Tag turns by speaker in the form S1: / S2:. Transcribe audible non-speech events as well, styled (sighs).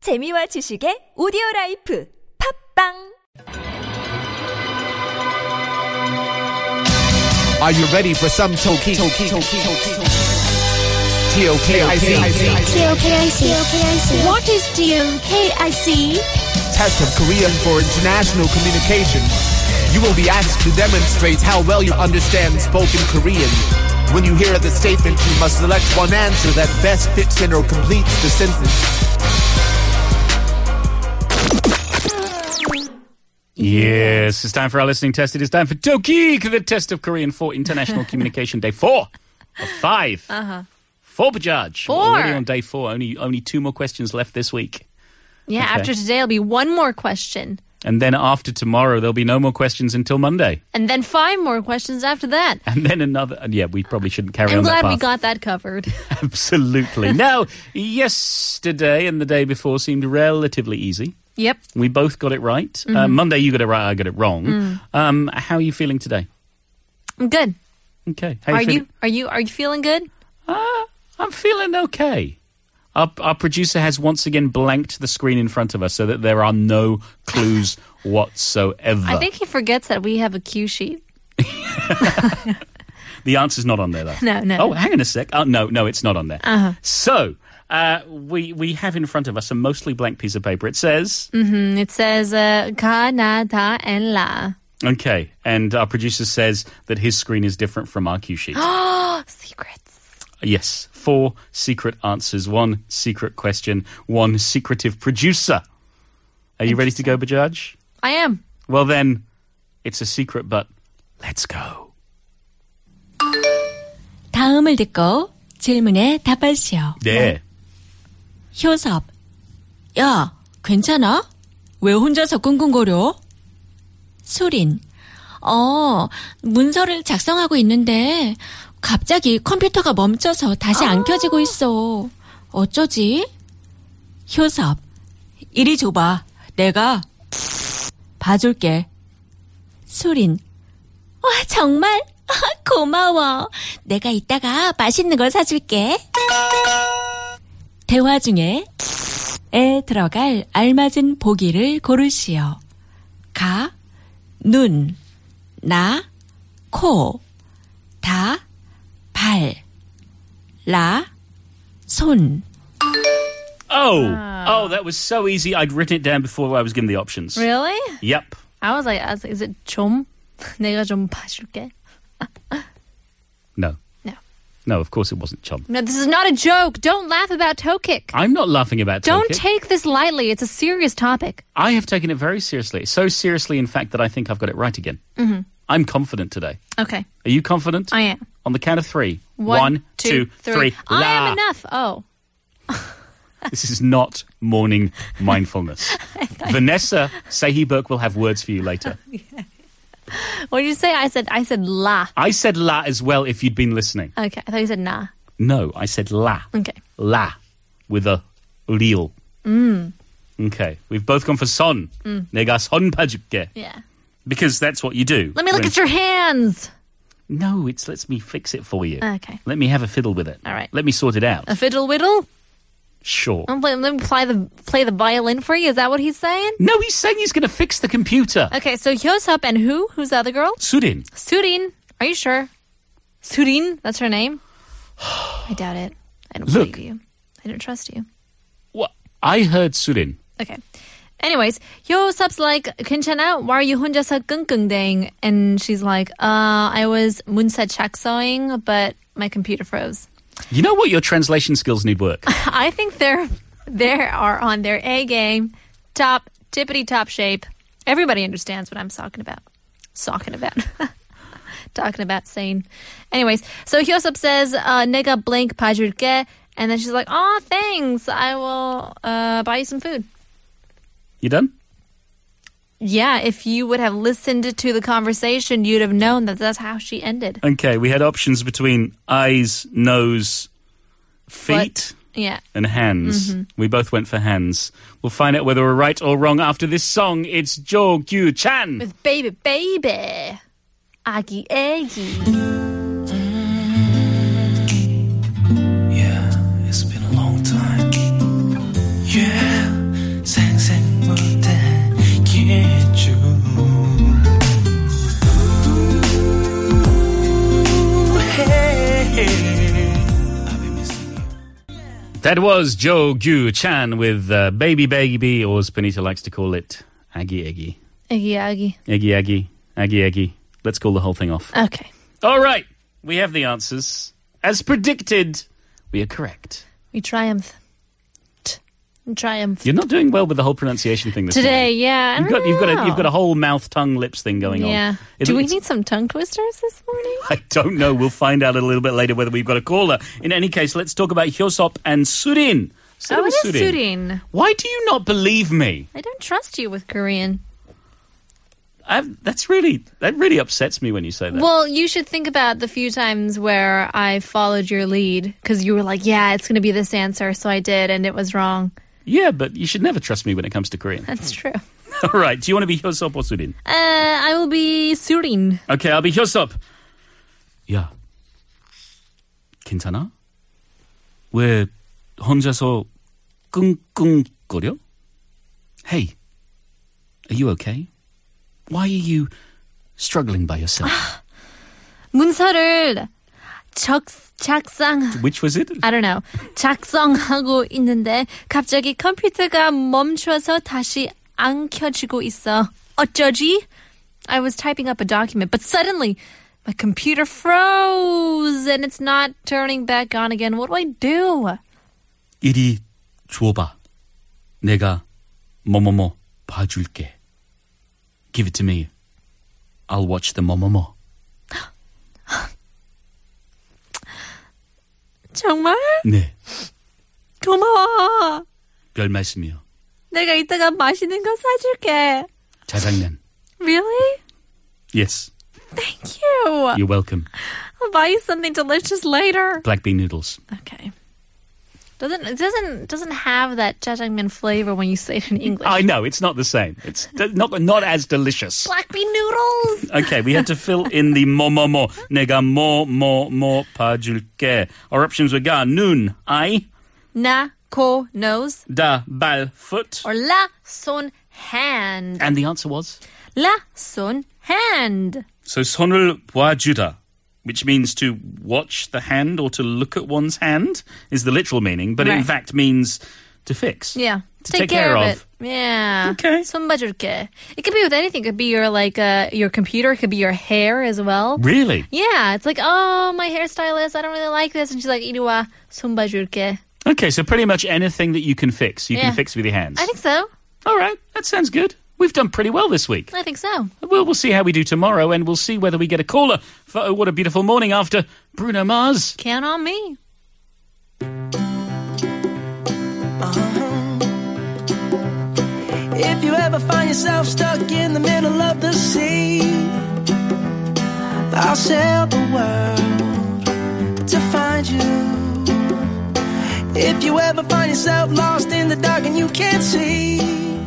S1: 재미와 지식의 오디오 라이프 팝빵
S2: Are you ready for some Toki? Toki, Toki, Toki, TOKIC
S3: TOKIC. What is TOKIC?
S2: Test of Korean for International Communication. You will be asked to demonstrate how well you understand spoken Korean. When you hear the statement, you must select one answer that best fits in or completes the sentence.
S4: Yes, it's time for our listening test. It is time for Tokik, the test of Korean for
S3: (laughs)
S4: International Communication Day four of five. Uh-huh. Four per judge. We're Already
S3: Four.
S4: on day four. Only only two more questions left this week.
S3: Yeah,
S4: Okay.
S3: after today, it'll be one more question,
S4: And then after tomorrow, there'll be no more questions until Monday. (laughs)
S3: and then five more questions after (laughs) that.
S4: And then another. And yeah, we probably shouldn't carry
S3: I'm
S4: on that
S3: glad we
S4: path.
S3: got that covered.
S4: (laughs)
S3: (laughs)
S4: Absolutely. now, yesterday and the day before seemed relatively easy.
S3: yep.
S4: We both got it right. Uh,
S3: Mm-hmm.
S4: Monday, you got it right. I got it wrong.
S3: Mm.
S4: Um, how are you feeling today?
S3: I'm good.
S4: Okay. How
S3: are
S4: feeling?
S3: you are you are you feeling good?
S4: I'm feeling okay. Our, our producer has once again blanked the screen in front of us so that there are no
S3: (laughs)
S4: clues whatsoever.
S3: I think he forgets that we have a cue sheet.
S4: the answer's not on there, though.
S3: No,
S4: Oh,
S3: no.
S4: hang on a sec. Oh, no, no, it's not on there. Uh-huh. So, uh, we, we have in front of us a mostly blank piece of paper. It says,
S3: And it says uh, Canada and la.
S4: okay, and our producer says that his screen is different from our cue
S3: (gasps)
S4: sheet.
S3: (gasps) Secrets.
S4: yes, four secret answers, one secret question, one secretive producer. Are you ready to go, Bajaj?
S3: I am.
S4: Well, then, it's a secret, but let's go.
S5: 다음을 듣고 질문에 답하시오.
S4: 네.
S5: 효섭. 야, 괜찮아? 왜 혼자서 끙끙거려? 수린. 어, 문서를 작성하고 있는데 갑자기 컴퓨터가 멈춰서 다시 안 켜지고 있어. 어쩌지? 효섭. 이리 줘봐. 내가 봐줄게. 수린. 와, 정말? (laughs) 고마워. 내가 이따가 맛있는 걸 사줄게. 대화 중에 에 들어갈 알맞은 보기를 고르시오. 가, 눈, 나, 코, 다, 발, 라, 손.
S4: Oh,
S3: Ah.
S4: oh, that was so easy. I'd written it down before I was given the options.
S3: Really?
S4: Yep.
S3: I was like, I was like, is it (laughs) 좀? 내가 좀 봐줄게.
S4: No.
S3: No.
S4: No, of course it wasn't Chum.
S3: No, this is not a joke. Don't laugh about toe kick.
S4: I'm not laughing about
S3: Don't
S4: Tokyo.
S3: take this lightly. It's a serious topic.
S4: I have taken it very seriously. So seriously, in fact, that I think I've got it right again. Mm-hmm. I'm confident today.
S3: Okay.
S4: Are you confident?
S3: I am.
S4: On the count of three.
S3: One, two, three.
S4: La.
S3: I am enough. Oh.
S4: This is not
S3: (laughs)
S4: morning mindfulness. Vanessa Sahi Burke will have words for you
S3: (laughs)
S4: later.
S3: What did you say? I said I said la.
S4: I said la as well if you'd been listening.
S3: Okay. I thought you said nah.
S4: No, I said la.
S3: Okay.
S4: La with a real. Mm. Okay. We've both gone for son. 내가 선 봐줄게.
S3: Mm. Yeah.
S4: Because that's what you do.
S3: Let me look
S4: when-
S3: at your hands.
S4: No, it's let me fix it for you.
S3: Okay.
S4: Let me have a fiddle with it.
S3: Uh. All right. Uh. Oh.
S4: Let me sort it out.
S3: A fiddle whittle?
S4: sure.
S3: I'm play, let me play the play the violin for you. Is that what he's saying?
S4: no, he's saying he's going to fix the computer.
S3: Okay, so Hyosop and who? Who's the other girl?
S4: Surin.
S3: Surin. Are you sure? Surin? That's her name? (sighs) I doubt it. I don't
S4: Look.
S3: believe you. I don't trust you.
S4: What? I heard Surin.
S3: Okay. Anyways, Hyosop's like, 괜찮아? Why are you 혼자서 끙끙대ing? And she's like, uh, I was 문서 작성ing, but my computer froze.
S4: You know what? Your translation skills need work.
S3: (laughs) I think they're they are on their A game, top tippity top shape. Everybody understands what I'm talking about. Talking about. (laughs) talking about saying. Anyways, so Hyosop says, uh, "내가 blank 봐줄게," and then she's like, "Oh, thanks. I will uh, buy you some food."
S4: you done?
S3: Yeah, if you would have listened to the conversation, you'd have known that that's how she ended.
S4: Okay. We had options between eyes, nose, feet.
S3: Yeah.
S4: and hands.
S3: Mm-hmm.
S4: We both went for hands. We'll find out whether we're right or wrong after this song. It's Jo Gyu Chan.
S3: With baby, baby. Aggie, Aggie.
S6: Yeah, it's been a long time. Yeah, 상상 못하겠죠
S4: That was Joe Gyu Chan with uh, Baby Baby, or as Panita likes to call it, Aggie Aggie.
S3: Iggy Aggie.
S4: Aggie Aggie. Aggie Aggie. Let's call the whole thing off.
S3: Okay.
S4: All right. We have the answers. As predicted, we are correct.
S3: We triumph. T- Triumph.
S4: You're not doing well with the whole pronunciation thing this
S3: Today,
S4: morning.
S3: yeah. I
S4: You've
S3: don't
S4: got, you've, got a, you've got
S3: know.
S4: a whole mouth, tongue, lips thing going on.
S3: Yeah.
S4: It-
S3: Do we
S4: it's-
S3: need some tongue twisters this morning?
S4: (laughs) I don't know. We'll find out a little bit later whether we've got a caller. In any case, let's talk about Hyosop and Surin. Start
S3: oh, it
S4: with
S3: is suiting.
S4: Why do you not believe me?
S3: I don't trust you with Korean.
S4: i that's really that really upsets me when you say that.
S3: Well, you should think about the few times where I followed your lead because you were like, yeah, it's going to be this answer. So I did, and it was wrong.
S4: yeah, but you should never trust me when it comes to Korean. (laughs)
S3: That's true. Uh,
S4: All right. Do you want to be Hyosop or Surin?
S3: I will be suiting.
S4: Okay, I'll be Hyosop. 야, 괜찮아? 왜 혼자서 끙끙거려? Hey, are you okay? Why are you struggling by yourself?
S3: 문서를 적, 작상.
S4: Which was it?
S3: I don't know. 작성하고 있는데 갑자기 컴퓨터가 멈춰서 다시 안 켜지고 있어. 어쩌지? I was typing up a document, but suddenly my computer froze and it's not turning back on again. What do I do?
S4: 이리 줘봐. 내가 뭐뭐뭐 봐줄게. Give it to me. I'll watch the 뭐뭐뭐.
S3: 정말
S4: 네,
S3: 고마워.
S4: 별 말씀이요.
S3: 내가 이따가 맛있는 거 사줄게.
S4: 자장면.
S3: Really?
S4: Yes,
S3: Thank you.
S4: you're welcome.
S3: I'll buy you something delicious later.
S4: Black bean noodles.
S3: Okay. Doesn't it doesn't doesn't have that jjajangmyeon flavor when you say it in English.
S4: I know it's not the same. It's d- not not as
S3: (laughs)
S4: delicious.
S3: Black bean noodles.
S4: Okay, we had to fill in the mo mo mo. 내가 뭐 뭐 뭐 봐줄게. Our options were ga nun I
S3: Na ko nose
S4: da bal foot,
S3: or la son hand.
S4: and the answer was
S3: La son hand.
S4: so 손을 보아주다, which means to watch the hand or to look at one's hand is the literal meaning, but in
S3: Right.
S4: fact means to fix.
S3: Yeah.
S4: To take care of.
S3: it. Yeah.
S4: Okay.
S3: 손봐줄게. It could be with anything. It could be your like uh your computer. It could be your hair as well.
S4: Really?
S3: Yeah. It's like oh my hairstylist. I don't really like this, and she's like 이리와 손봐줄게.
S4: Okay, so pretty much anything that you can fix, you
S3: Yeah.
S4: can fix with your hands.
S3: I think so.
S4: All right, that sounds good. We've done pretty well this week.
S3: I think so.
S4: Well, we'll see how we do tomorrow, and we'll see whether we get a caller for oh, what a beautiful morning after Bruno Mars.
S3: Count on me.
S6: If you ever find yourself stuck in the middle of the sea, I'll sail the world to find you. If you ever find yourself lost in the dark and you can't see,